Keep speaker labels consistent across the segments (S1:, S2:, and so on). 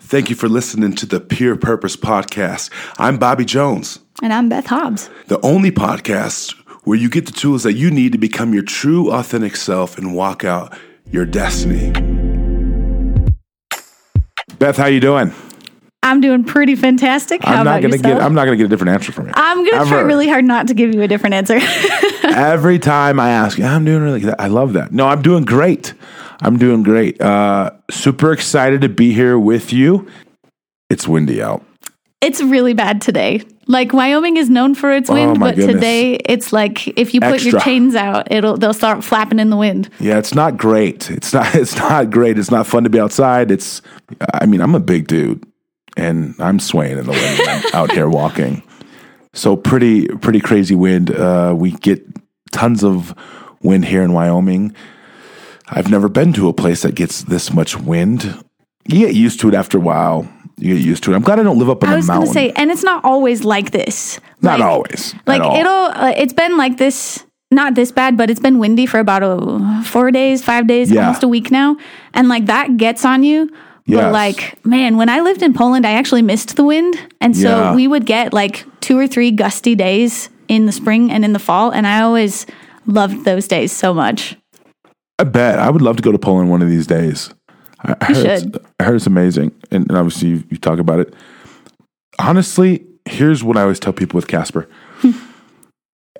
S1: Thank you for listening to the Pure Purpose Podcast. I'm Bobby Jones,
S2: And I'm Beth Hobbs.
S1: the only podcast where you get the tools that you need to become your true, authentic self and walk out your destiny. Beth, how you doing?
S2: I'm doing pretty fantastic. How
S1: I'm
S2: about
S1: not gonna
S2: yourself?
S1: get. I'm not gonna get a different answer from you.
S2: I'm gonna try
S1: Ever.
S2: really hard not to give you a different answer.
S1: Every time I ask you, I'm doing really good. I love that. No, I'm doing great. I'm doing great. Uh, super excited to be here with you. It's windy out.
S2: it's really bad today. Like Wyoming is known for its wind,
S1: Oh my
S2: but
S1: goodness.
S2: today it's like if you put
S1: Extra.
S2: your chains out, it'll they'll start flapping in the wind.
S1: Yeah, it's not great. It's not. It's not great. It's not fun to be outside. It's. I mean, I'm a big dude, and I'm swaying in the wind when I'm out here walking. So pretty, pretty crazy wind. Uh, we get tons of wind here in Wyoming. I've never been to a place that gets this much wind. You get used to it after a while. You get used to it. I'm glad I don't live up on
S2: I
S1: a
S2: was
S1: mountain.
S2: gonna say, and it's not always like this.
S1: not
S2: Like-
S1: always. at
S2: Like
S1: all.
S2: it'll uh, it's been like this not this bad, but it's been windy for about oh, four days, five days,
S1: Yeah.
S2: almost a week now, and like that gets on you.
S1: Yes.
S2: But like, man, when I lived in Poland, I actually missed the wind, and so
S1: Yeah.
S2: we would get like two or three gusty days in the spring and in the fall, and I always loved those days so much.
S1: I bet. I would love to go to Poland one of these days. I, I, heard,
S2: should.
S1: It's, I heard it's amazing. And, and obviously, you, you talk about it. Honestly, here's what I always tell people with Casper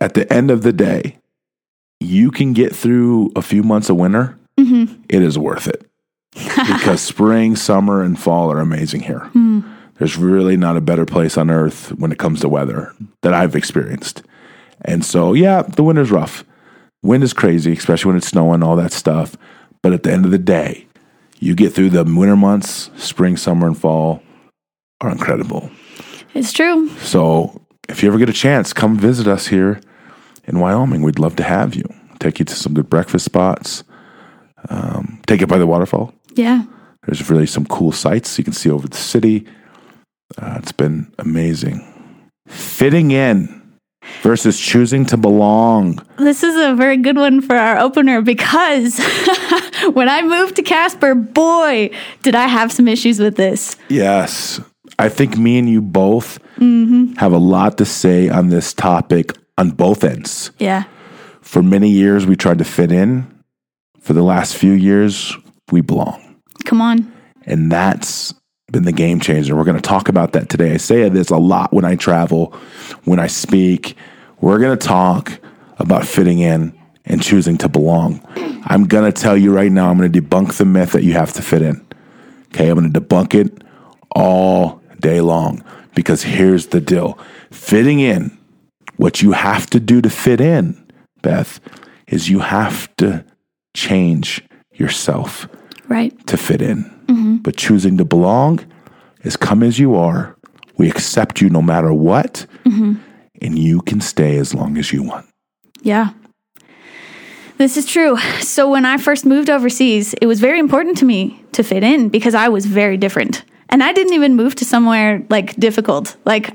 S1: at the end of the day, you can get through a few months of winter, it is worth it because spring, summer, and fall are amazing here. There's really not a better place on earth when it comes to weather that I've experienced. And so, yeah, the winter's rough. Wind is crazy, especially when it's snowing, all that stuff. But at the end of the day, you get through the winter months, spring, summer, and fall are incredible.
S2: It's true.
S1: So if you ever get a chance, come visit us here in Wyoming. We'd love to have you. Take you to some good breakfast spots. Um, take it by the waterfall.
S2: Yeah.
S1: There's really some cool sights you can see over the city. Uh, it's been amazing. Fitting in versus choosing to belong.
S2: This is a very good one for our opener because when I moved to Casper, boy, did I have some issues with this.
S1: Yes. I think me and you both have a lot to say on this topic on both ends.
S2: Yeah.
S1: For many years, we tried to fit in. For the last few years, we belong.
S2: Come on.
S1: And that's been the game changer. We're going to talk about that today. I say this a lot when I travel, when I speak. We're going to talk about fitting in and choosing to belong. I'm going to tell you right now, I'm going to debunk the myth that you have to fit in. Okay, I'm going to debunk it all day long because here's the deal fitting in, what you have to do to fit in, Beth, is you have to change yourself
S2: Right.
S1: to fit in. But choosing to belong is come as you are. We accept you no matter what, and you can stay as long as you want.
S2: Yeah. This is true. So when I first moved overseas, it was very important to me to fit in because I was very different. And I didn't even move to somewhere like difficult. Like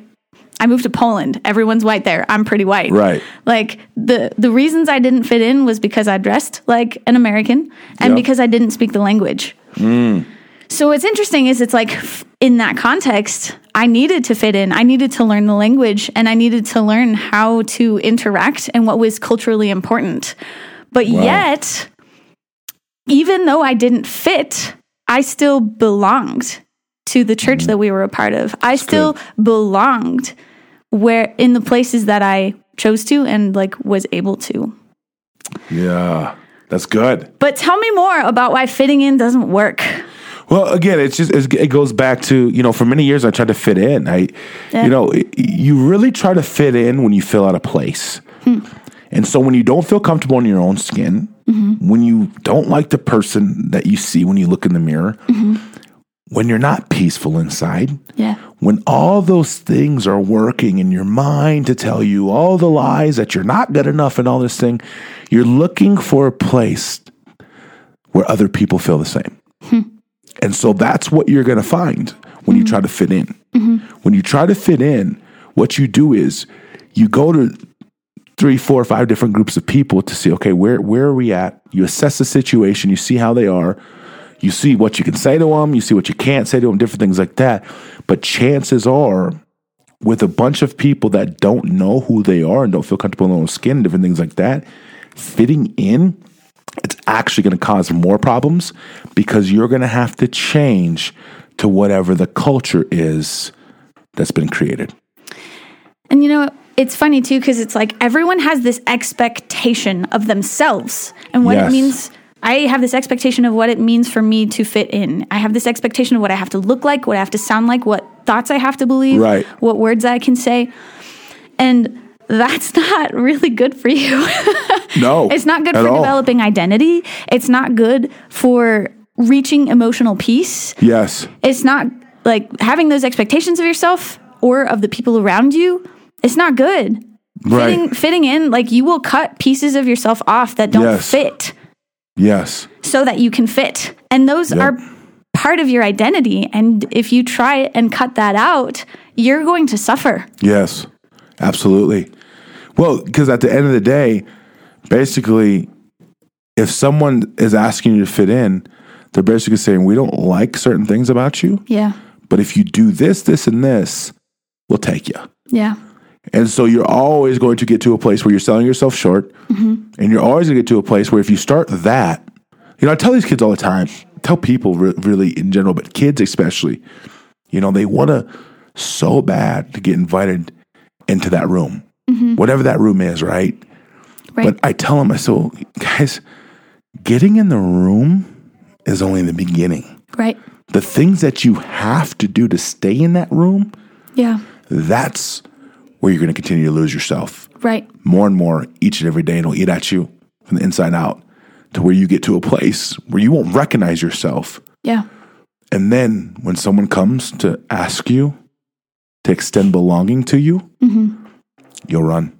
S2: I moved to Poland. Everyone's white there. I'm pretty white.
S1: Right.
S2: Like the the reasons I didn't fit in was because I dressed like an American and
S1: Yeah.
S2: because I didn't speak the language. So what's interesting is it's like f- in that context, I needed to fit in. I needed to learn the language and I needed to learn how to interact and what was culturally important. But yet, even though I didn't fit, I still belonged to the church that we were a part of. I still belonged where in the places that I chose to and like was able to.
S1: Yeah, that's good.
S2: But tell me more about why fitting in doesn't work.
S1: Well, again, it's just it's, it goes back to you know for many years I tried to fit in. I,
S2: Yeah.
S1: you know, you really try to fit in when you feel out of place. And so when you don't feel comfortable in your own skin, when you don't like the person that you see when you look in the mirror, when you're not peaceful inside,
S2: Yeah.
S1: when all those things are working in your mind to tell you all the lies that you're not good enough and all this thing, you're looking for a place where other people feel the same. And so that's what you're going to find when you try to fit in. When you try to fit in, what you do is you go to three, four, five different groups of people to see, okay, where, where are we at? You assess the situation, you see how they are, You see what you can say to them, you see what you can't say to them, different things like that. But chances are, with a bunch of people that don't know who they are and don't feel comfortable in their own skin, different things like that, fitting in, it's actually going to cause more problems because you're going to have to change to whatever the culture is that's been created.
S2: And you know, it's funny too because it's like everyone has this expectation of themselves and what
S1: Yes.
S2: it means. I have this expectation of what it means for me to fit in. I have this expectation of what I have to look like, what I have to sound like, what thoughts I have to believe,
S1: Right.
S2: what words I can say. And that's not really good for you.
S1: No,
S2: It's not good
S1: at
S2: for
S1: all.
S2: developing identity. It's not good for reaching emotional peace.
S1: Yes,
S2: It's not like having those expectations of yourself or of the people around you. It's not good.
S1: right.
S2: Fitting, fitting in, like you will cut pieces of yourself off that don't
S1: Yes.
S2: fit
S1: Yes,
S2: so that you can fit. And those
S1: Yep.
S2: are part of your identity. And if you try and cut that out, you're going to suffer.
S1: yes, absolutely. Well, because at the end of the day, basically, if someone is asking you to fit in, they're basically saying, We don't like certain things about you,
S2: Yeah.
S1: but if you do this, this, and this, we'll take you.
S2: Yeah.
S1: And so you're always going to get to a place where you're selling yourself short. And you're always going to get to a place where if you start that, you know, I tell these kids all the time, tell people re- really in general, but kids especially, you know, they want to so bad to get invited into that room, whatever that room is, right?
S2: Right.
S1: But I tell them, I say, "Well, guys, getting in the room is only the beginning.
S2: Right.
S1: The things that you have to do to stay in that room,
S2: Yeah.
S1: that's where you're going to continue to lose yourself
S2: Right.
S1: more and more each and every day and it'll eat at you from the inside out to where you get to a place where you won't recognize yourself.
S2: Yeah.
S1: And then when someone comes to ask you to extend belonging to you, you'll run.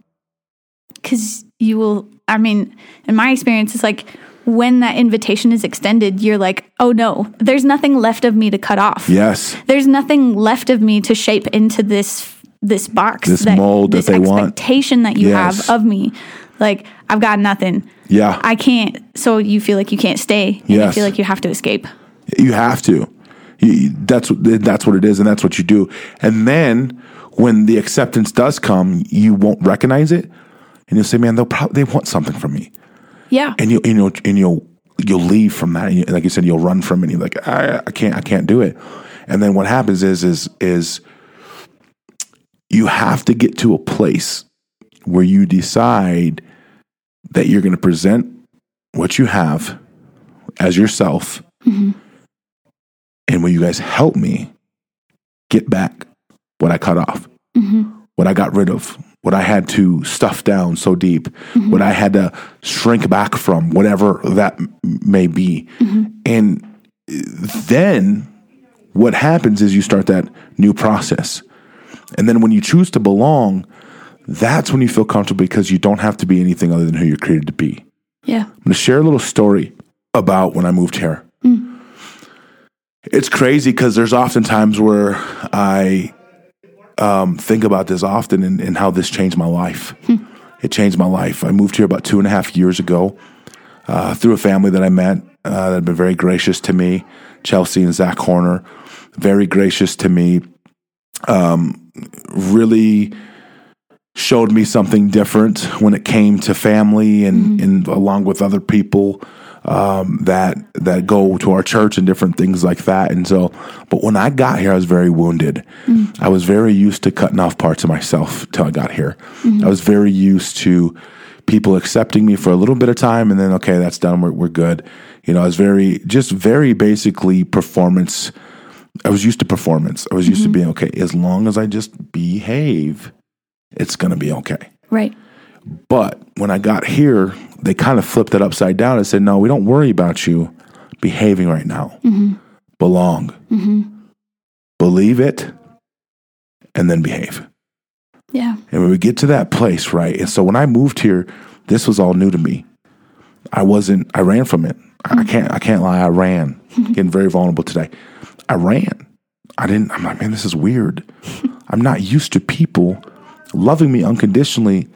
S2: because you will i mean in my experience it's like when that invitation is extended you're like oh no there's nothing left of me to cut off
S1: Yes.
S2: there's nothing left of me to shape into this this box
S1: This mold that
S2: this
S1: they want.
S2: expectation that you
S1: Yes.
S2: have of me like i've got nothing
S1: Yeah.
S2: i can't so you feel like you can't stay and you
S1: Yes.
S2: feel like you have to escape
S1: You have to. You- you- That's what- that's what it is, and that's what you do. And then when the acceptance does come, you won't recognize it, and you'll say, "Man, they'll prob- they want something from me."
S2: yeah
S1: and you you know and you'll you'll leave from that and you, like you said you'll run from it and you're like I, I can't I can't do it and then what happens is is is you have to get to a place where you decide that you're going to present what you have as yourself and will you guys help me get back what I cut off
S2: Mm-hmm.
S1: what I got rid of, what I had to stuff down so deep, what I had to shrink back from, whatever that m- may be. And then what happens is you start that new process. And then when you choose to belong, that's when you feel comfortable because you don't have to be anything other than who you're created to be. I'm
S2: yeah
S1: going to share a little story about when I moved here. It's crazy because there's often times where I um, think about this often and, and how this changed my life. It changed my life. I moved here about two and a half years ago uh, through a family that I met uh, that had been very gracious to me, Chelsea and Zach Horner, very gracious to me. Um, really showed me something different when it came to family and, and along with other people um, that that go to our church and different things like that. And so, but when I got here, I was very wounded. I was very used to cutting off parts of myself till I got here. I was very used to people accepting me for a little bit of time and then okay, that's done. We're, we're good. You know, I was very just very basically performance. I was used to performance. I was used to being okay. As long as I just behave, it's going to be okay.
S2: right
S1: But when I got here, they kind of flipped it upside down and said, no, we don't worry about you behaving right now. Belong,
S2: Mm-hmm.
S1: believe it, and then behave.
S2: yeah
S1: And when we get to that place, right? And so when I moved here, this was all new to me. I wasn't, I ran from it. I I can't, I can't lie. I ran, getting very vulnerable today. I ran. I didn't, I'm like, man, this is weird. I'm not used to people loving me unconditionally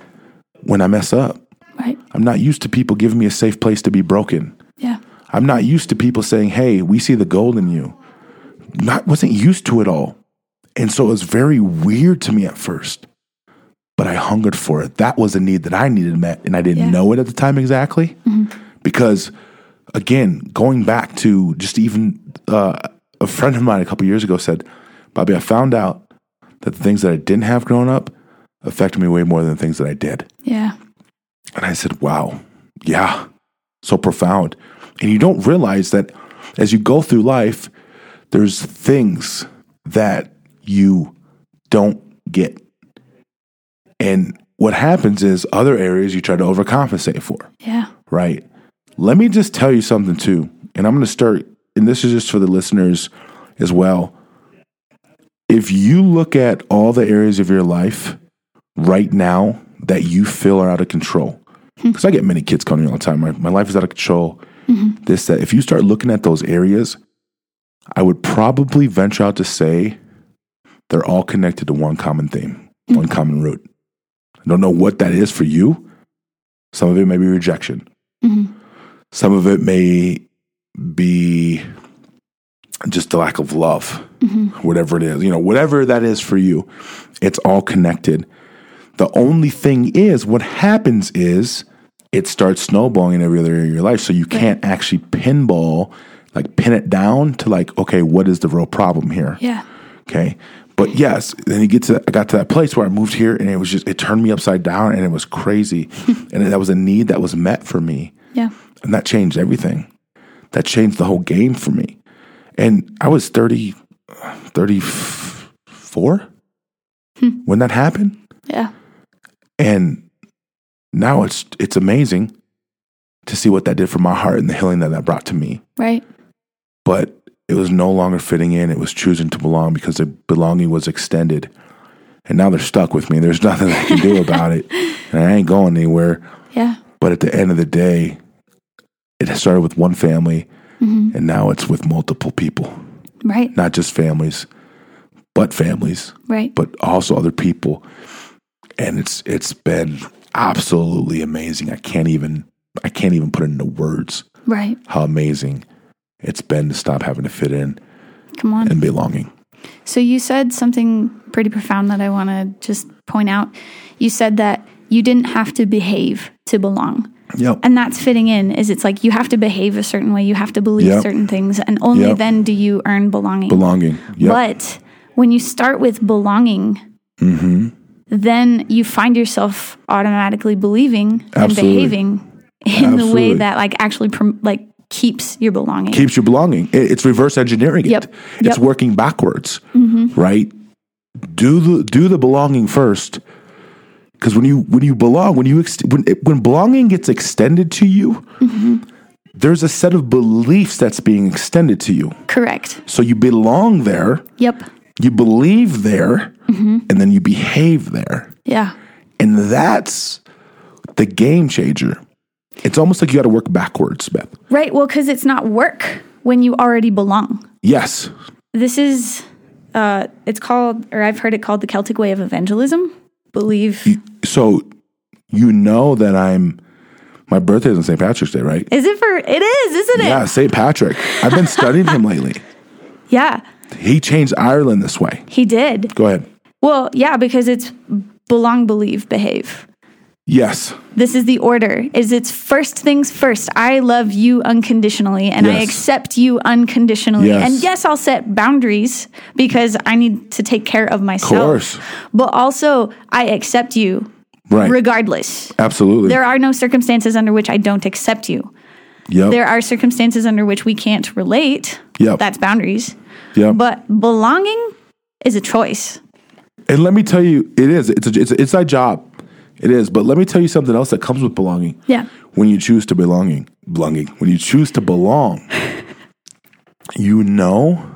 S1: when I mess up.
S2: right
S1: I'm not used to people giving me a safe place to be broken.
S2: yeah
S1: I'm not used to people saying, "Hey, we see the gold in you." Not wasn't used to it all, and so it was very weird to me at first. But I hungered for it. That was a need that I needed met, and I didn't
S2: Yeah.
S1: know it at the time exactly because, again, going back to just even uh, a friend of mine a couple years ago said, "Bobby, I found out that the things that I didn't have growing up affected me way more than the things that I did."
S2: Yeah.
S1: And I said, wow, yeah, so profound. And you don't realize that as you go through life, there's things that you don't get. And what happens is other areas you try to overcompensate for,
S2: Yeah.
S1: right? Let me just tell you something too. And I'm going to start, and this is just for the listeners as well. If you look at all the areas of your life right now that you feel are out of control, because I get many kids calling me all the time, my, my life is out of control. This, that. If you start looking at those areas, I would probably venture out to say they're all connected to one common theme, one common root. I don't know what that is for you. Some of it may be rejection.
S2: Mm-hmm.
S1: Some of it may be just the lack of love, whatever it is, you know, whatever that is for you, it's all connected. The only thing is, what happens is it starts snowballing in every other area of your life. So you can't actually pinball, like pin it down to like, okay, what is the real problem here?
S2: Yeah.
S1: Okay. But yes, then you get to I got to that place where I moved here and it was just it turned me upside down and it was crazy. and that was a need that was met for me.
S2: Yeah.
S1: And that changed everything. That changed the whole game for me. And I was 30, 34 when that happened.
S2: Yeah.
S1: And now it's, it's amazing to see what that did for my heart and the healing that that brought to me.
S2: Right.
S1: But it was no longer fitting in. It was choosing to belong because the belonging was extended. And now they're stuck with me. There's nothing I can do about it. And I ain't going anywhere.
S2: Yeah.
S1: But at the end of the day, it started with one family and now it's with multiple people,
S2: Mm-hmm. Right.
S1: not just families, but families,
S2: Right.
S1: but also other people. And it's it's been absolutely amazing. I can't even I can't even put into words
S2: Right.
S1: how amazing it's been to stop having to fit in
S2: Come on.
S1: and belonging.
S2: So you said something pretty profound that I want to just point out. You said that you didn't have to behave to belong.
S1: Yep.
S2: And that's fitting in is it's like you have to behave a certain way, you have to believe
S1: Yep.
S2: certain things and only
S1: Yep.
S2: then do you earn belonging.
S1: belonging. Yep.
S2: But when you start with belonging,
S1: Mm-hmm.
S2: then you find yourself automatically believing
S1: Absolutely.
S2: and behaving in the way
S1: Absolutely.
S2: that like actually prom- like keeps your belonging.
S1: keeps you belonging. It- It's reverse engineering it.
S2: Yep.
S1: It's
S2: Yep. Mm-hmm.
S1: working backwards, right? Do the do the belonging first, because when you when you belong, when you ex- when it, when belonging gets extended to you,
S2: Mm-hmm.
S1: there's a set of beliefs that's being extended to you.
S2: Correct.
S1: So you belong there,
S2: Yep.
S1: you believe there,
S2: Mm-hmm.
S1: and then you behave there.
S2: Yeah.
S1: And that's the game changer. It's almost like you got to work backwards, Beth.
S2: Right. Well, because it's not work when you already belong.
S1: Yes.
S2: This is, uh, it's called, or I've heard it called the Celtic way of evangelism. Believe.
S1: so you know that I'm my birthday is on St. Patrick's Day, right?
S2: Is it for, it is, isn't it?
S1: Yeah, St. Patrick. I've been studying him lately.
S2: Yeah.
S1: He changed Ireland this way.
S2: He did.
S1: Go ahead.
S2: Well, yeah, because it's belong, believe, behave.
S1: Yes.
S2: This is the order. Is it's first things first. I love you unconditionally and I
S1: Yes.
S2: accept you unconditionally.
S1: Yes.
S2: And yes, I'll set boundaries because I need to take care of myself.
S1: course.
S2: But also I accept you
S1: Right.
S2: regardless.
S1: Absolutely.
S2: There are no circumstances under which I don't accept you.
S1: yep.
S2: There are circumstances under which we can't relate.
S1: Yep.
S2: That's boundaries.
S1: yep.
S2: But belonging is a choice.
S1: and let me tell you, it is. It's a, it's a, it's my job. It is. But let me tell you something else that comes with belonging.
S2: Yeah.
S1: When you choose to belonging, belonging. When you choose to belong, you know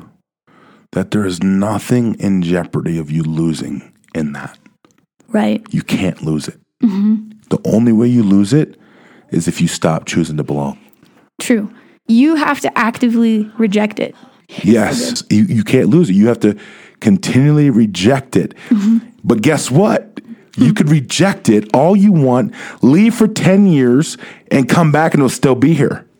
S1: that there is nothing in jeopardy of you losing in that.
S2: Right.
S1: you can't lose it.
S2: Mm-hmm.
S1: The only way you lose it is if you stop choosing to belong.
S2: True. You have to actively reject it.
S1: Yes, you, you can't lose it. You have to continually reject it.
S2: Mm-hmm.
S1: But guess what? You could reject it all you want, leave for 10 years, and come back and it'll still be here.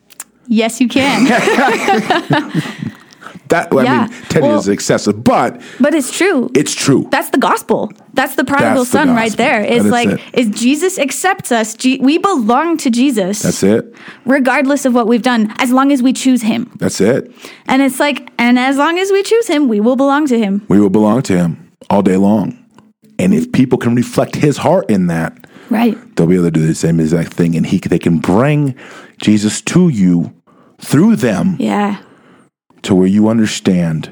S2: Yes, you can.
S1: That I
S2: Yeah.
S1: mean, Teddy
S2: Well-
S1: is excessive, but
S2: but it's true.
S1: it's true.
S2: That's the gospel. That's the prodigal
S1: That's the
S2: son right
S1: gospel.
S2: there.
S1: That
S2: It's
S1: is
S2: like
S1: it.
S2: is Jesus accepts us. Je- we belong to Jesus
S1: That's it.
S2: regardless of what we've done as long as we choose him.
S1: That's it.
S2: And it's like and as long as we choose him, we will belong to him.
S1: We will belong to him all day long. And if people can reflect his heart in that,
S2: Right.
S1: they'll be able to do the same exact thing. And he they can bring Jesus to you through them
S2: Yeah.
S1: to where you understand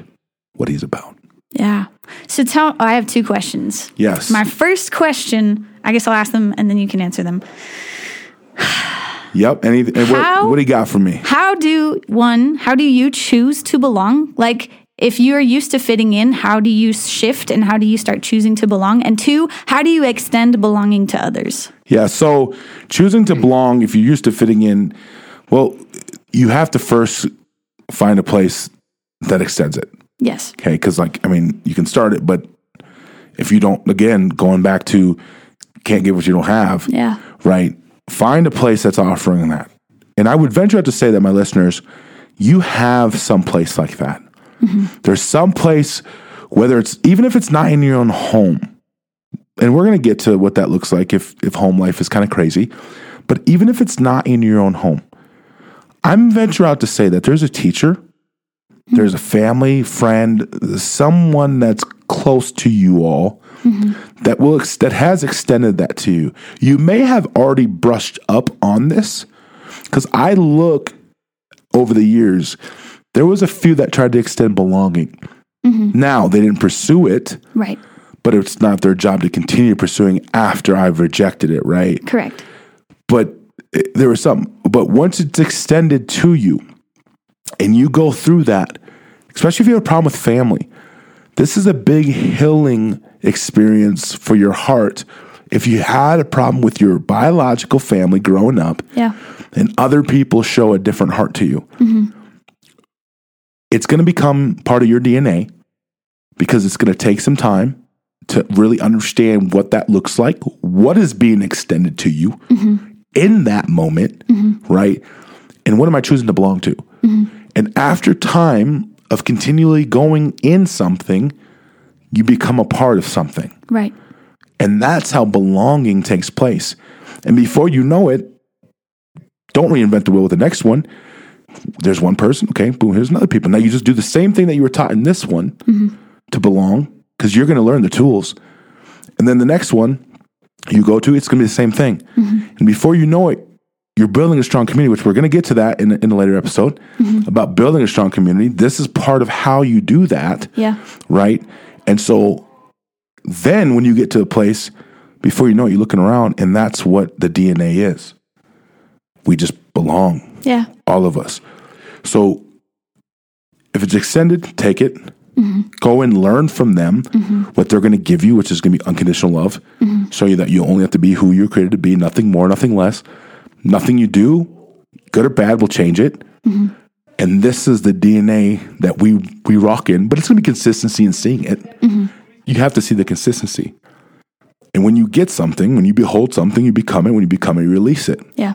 S1: what he's about.
S2: Yeah. So tell oh, I have two questions.
S1: Yes.
S2: My first question, I guess I'll ask them and then you can answer them.
S1: yep. And, he, and what,
S2: How-
S1: what he got for me?
S2: How do one, how do you choose to belong? Like if you're used to fitting in, how do you shift and how do you start choosing to belong? And two, how do you extend belonging to others?
S1: Yeah. So choosing to belong, if you're used to fitting in, well, you have to first find a place that extends it.
S2: Yes.
S1: Okay. Cause like, I mean, you can start it, but if you don't, again, going back to can't give what you don't have,
S2: Yeah.
S1: right? Find a place that's offering that. And I would venture out to say that my listeners, you have some place like that. There's some place, whether it's even if it's not in your own home, and we're gonna get to what that looks like if if home life is kind of crazy, but even if it's not in your own home, I'm venture out to say that there's a teacher, there's a family, friend, someone that's close to you all that will ex- that has extended that to you. You may have already brushed up on this because I look over the years. There was a few that tried to extend belonging. Now they didn't pursue it,
S2: Right.
S1: but it's not their job to continue pursuing after I've rejected it, right?
S2: Correct.
S1: but uh, there was something. But once it's extended to you and you go through that, especially if you have a problem with family, this is a big healing experience for your heart. If you had a problem with your biological family growing up
S2: Yeah.
S1: and other people show a different heart to you, it's going to become part of your DNA because it's going to take some time to really understand what that looks like, what is being extended to you in that moment, right? And what am I choosing to belong to? And after time of continually going in something, you become a part of something.
S2: Right.
S1: And that's how belonging takes place. And before you know it, don't reinvent the wheel with the next one. There's one person, okay, boom, here's another people. Now you just do the same thing that you were taught in this one to belong because you're going to learn the tools. And then the next one you go to, it's going to be the same thing. And before you know it, you're building a strong community, which we're going to get to that in, in a later episode about building a strong community. This is part of how you do that
S2: Yeah.
S1: right? And so then when you get to a place, before you know it, you're looking around, and that's what the DNA is. We just belong,
S2: Yeah.
S1: all of us. So if it's extended, take it. Go and learn from them what they're going to give you, which is going to be unconditional love. Show you that you only have to be who you're created to be, nothing more, nothing less. Nothing you do, good or bad, will change it. And this is the DNA that we we rock in, but it's going to be consistency in seeing it. You have to see the consistency. And when you get something, when you behold something, you become it. When you become it, you release it
S2: Yeah.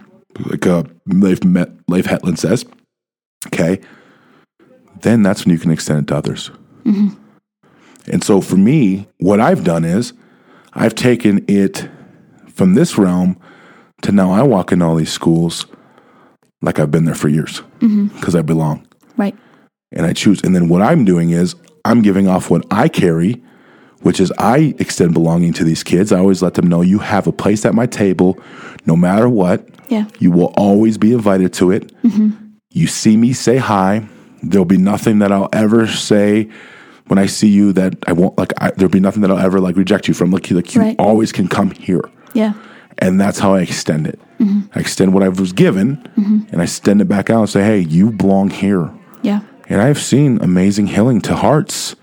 S1: like uh, Leif, Met, Leif Hetland says, okay, then that's when you can extend it to others. And so for me, what I've done is I've taken it from this realm to now I walk in all these schools like I've been there for years because I belong
S2: Right.
S1: and I choose. And then what I'm doing is I'm giving off what I carry, which is I extend belonging to these kids. I always let them know you have a place at my table no matter what.
S2: Yeah.
S1: You will always be invited to it. You see me say hi. There'll be nothing that I'll ever say when I see you that I won't like. I, there'll be nothing that I'll ever like reject you from. Like, you- like you
S2: Right.
S1: always can come here,
S2: Yeah.
S1: and that's how I extend it. I extend what I was given, and I extend it back out and say, "Hey, you belong here."
S2: Yeah.
S1: And I've seen amazing healing to hearts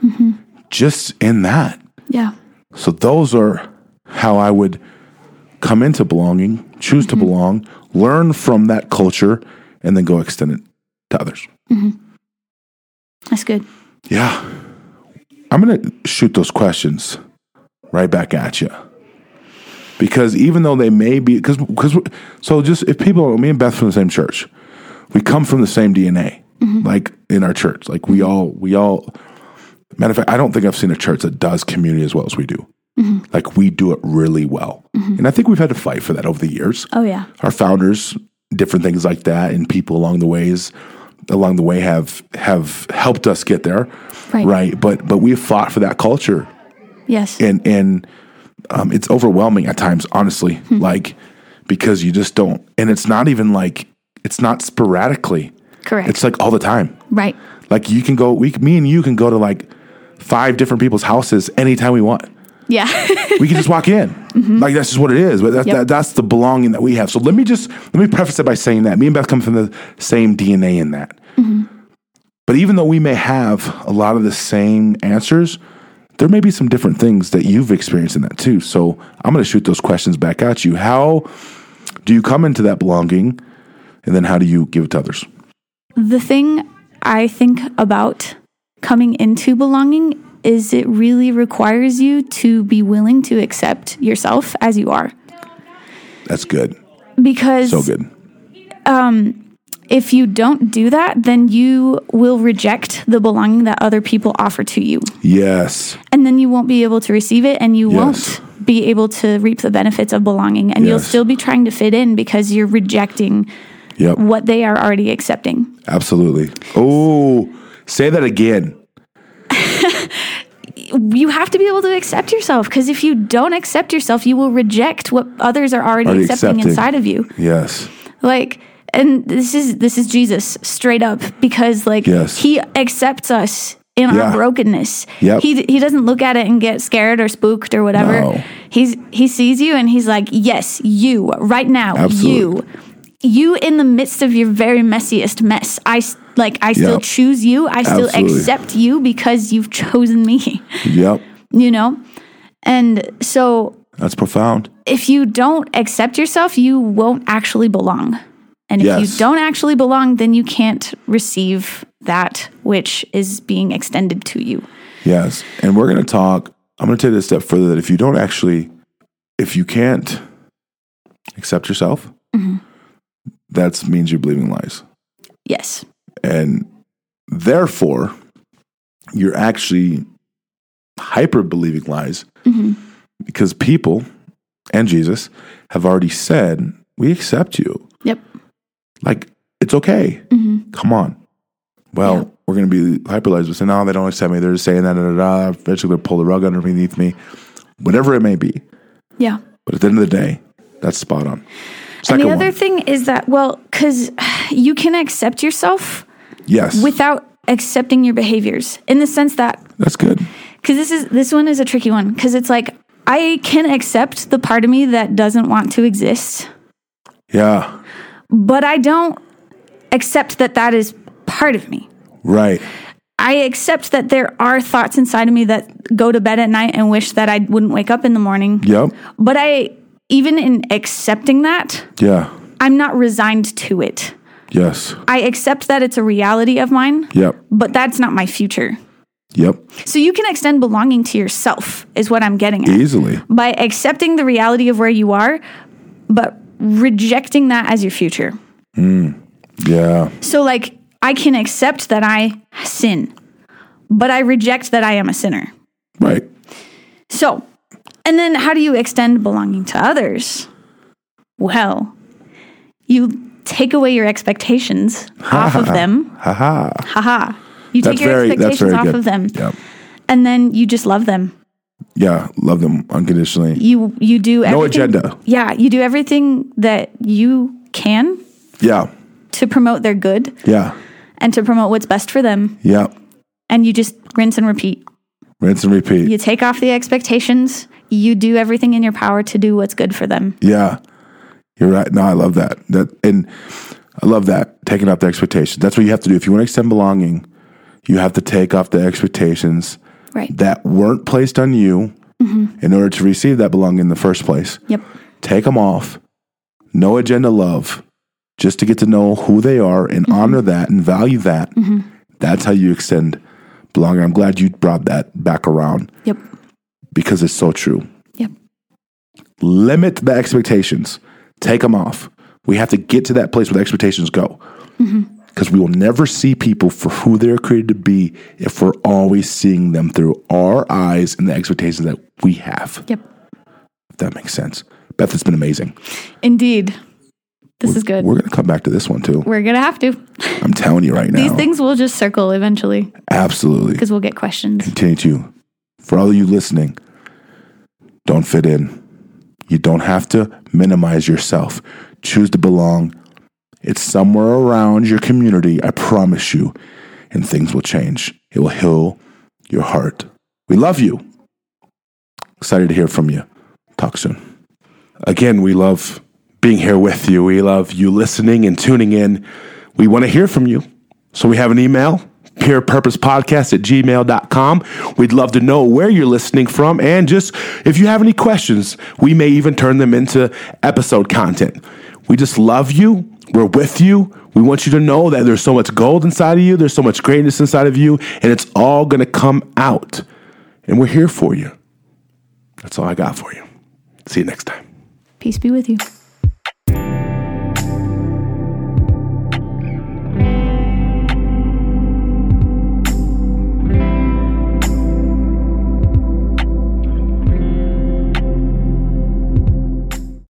S1: just in that.
S2: Yeah.
S1: So those are how I would come into belonging, choose to belong, learn from that culture, and then go extend it to others.
S2: That's good.
S1: Yeah. I'm going to shoot those questions right back at you. Because even though they may be, because, so just if people, me and Beth from the same church, we come from the same DNA, like in our church. Like we all, we all, matter of fact, I don't think I've seen a church that does community as well as we do. Like we do it really well. And I think we've had to fight for that over the years
S2: Oh yeah.
S1: our founders, different things like that, and people along the ways along the way have have helped us get there,
S2: Right.
S1: But but we have fought for that culture,
S2: Yes.
S1: and and um, it's overwhelming at times, honestly. Like because you just don't, and it's not even like it's not sporadically.
S2: Correct.
S1: It's like all the time.
S2: right.
S1: Like you can go, we, me and you can go to like five different people's houses anytime we want
S2: Yeah.
S1: we can just walk in. Like that's just what it is. But that,
S2: Mm-hmm. Yep.
S1: that, that's the belonging that we have. So let me just let me preface it by saying that me and Beth come from the same DNA in that.
S2: Mm-hmm.
S1: But even though we may have a lot of the same answers, there may be some different things that you've experienced in that too. So I'm going to shoot those questions back at you. How do you come into that belonging, and then how do you give it to others?
S2: the thing I think about coming into belonging is it really requires you to be willing to accept yourself as you are.
S1: That's good.
S2: Because
S1: So good.
S2: if you don't do that, then you will reject the belonging that other people offer to you.
S1: Yes.
S2: And then you won't be able to receive it and you
S1: Yes.
S2: won't be able to reap the benefits of belonging. And you'll
S1: Yes.
S2: still be trying to fit in because you're rejecting
S1: Yep.
S2: what they are already accepting.
S1: Absolutely. Oh, say that again.
S2: you have to be able to accept yourself because if you don't accept yourself, you will reject what others are already,
S1: Already
S2: accepting,
S1: accepting.
S2: inside of you.
S1: Yes.
S2: Like, and this is this is Jesus straight up because like
S1: Yes.
S2: he accepts us in
S1: Yeah.
S2: our brokenness.
S1: Yep.
S2: He he doesn't look at it and get scared or spooked or whatever.
S1: No.
S2: He's he sees you and he's like, "Yes, you right now,
S1: Absolutely.
S2: you." You in the midst of your very messiest mess. I s- like I still
S1: Yep.
S2: choose you. I still
S1: Absolutely.
S2: accept you because you've chosen me.
S1: Yep.
S2: you know? And so
S1: That's profound.
S2: if you don't accept yourself, you won't actually belong. And if
S1: Yes.
S2: you don't actually belong, then you can't receive that which is being extended to you.
S1: Yes. And we're going to talk. I'm going to take it a step further that if you don't actually, if you can't accept yourself,
S2: Mm-hmm.
S1: that means you're believing lies.
S2: Yes.
S1: And therefore, you're actually hyper believing lies
S2: Mm-hmm.
S1: because people and Jesus have already said, We accept you.
S2: Yep.
S1: Like, it's okay.
S2: Mm-hmm.
S1: Come on. Well,
S2: Yeah.
S1: we're going to be hyperlized. We say, no, they don't accept me. They're just saying that, da, da, da. Eventually, they'll pull the rug underneath me, whatever it may be.
S2: Yeah.
S1: But at the end of the day, that's spot on. Second
S2: and the other
S1: one.
S2: thing is that, well, because you can accept yourself
S1: yes.
S2: without accepting your behaviors in the sense that
S1: that's good.
S2: because this is this one is a tricky one because it's like i can accept the part of me that doesn't want to exist
S1: Yeah.
S2: but I don't accept that that is part of me.
S1: Right.
S2: I accept that there are thoughts inside of me that go to bed at night and wish that I wouldn't wake up in the morning.
S1: Yep.
S2: But I, even in accepting that,
S1: Yeah.
S2: I'm not resigned to it.
S1: Yes.
S2: I accept that it's a reality of mine,
S1: Yep.
S2: but that's not my future.
S1: Yep.
S2: So you can extend belonging to yourself, is what I'm getting at.
S1: Easily.
S2: By accepting the reality of where you are, but rejecting that as your future.
S1: Yeah.
S2: So, like, I can accept that I sin, but I reject that I am a sinner.
S1: Right.
S2: So, and then how do you extend belonging to others? Well, you take away your expectations off of them.
S1: Haha.
S2: Haha. You take
S1: That's
S2: your
S1: very, that's
S2: expectations
S1: very
S2: off
S1: good.
S2: of them,
S1: Yep.
S2: and then you just love them.
S1: Yeah. Love them unconditionally.
S2: You you do everything,
S1: No agenda.
S2: Yeah, you do everything that you can
S1: Yeah.
S2: to promote their good
S1: Yeah.
S2: and to promote what's best for them,
S1: Yeah.
S2: and you just rinse and repeat.
S1: Rinse and repeat.
S2: You take off the expectations. You do everything in your power to do what's good for them.
S1: Yeah. You're right. No, I love that. That and I love that taking off the expectations. That's what you have to do if you want to extend belonging. You have to take off the expectations
S2: Right.
S1: that weren't placed on you in order to receive that belonging in the first place.
S2: Yep.
S1: Take them off. No agenda love. Just to get to know who they are and honor that and value that. That's how you extend belonging. I'm glad you brought that back around
S2: Yep.
S1: because it's so true.
S2: Yep.
S1: Limit the expectations. Take them off. We have to get to that place where the expectations go.
S2: Mm-hmm.
S1: Because we will never see people for who they're created to be if we're always seeing them through our eyes and the expectations that we have.
S2: Yep.
S1: If that makes sense. Beth, it's been amazing.
S2: Indeed. This is good.
S1: We're going to come back to this one too.
S2: We're going to have to.
S1: I'm telling you right now.
S2: These things will just circle eventually
S1: Absolutely.
S2: because we'll get questions.
S1: Continue to. For all of you listening, don't fit in. You don't have to minimize yourself. Choose to belong. It's somewhere around your community, I promise you, and things will change. It will heal your heart. We love you. Excited to hear from you. Talk soon. Again, we love being here with you. We love you listening and tuning in. We want to hear from you. So we have an email, purepurposepodcast at gmail.com. We'd love to know where you're listening from. And just if you have any questions, we may even turn them into episode content. We just love you. We're with you. We want you to know that there's so much gold inside of you, there's so much greatness inside of you, and it's all going to come out. And we're here for you. That's all I got for you. See you next time.
S2: Peace be with you.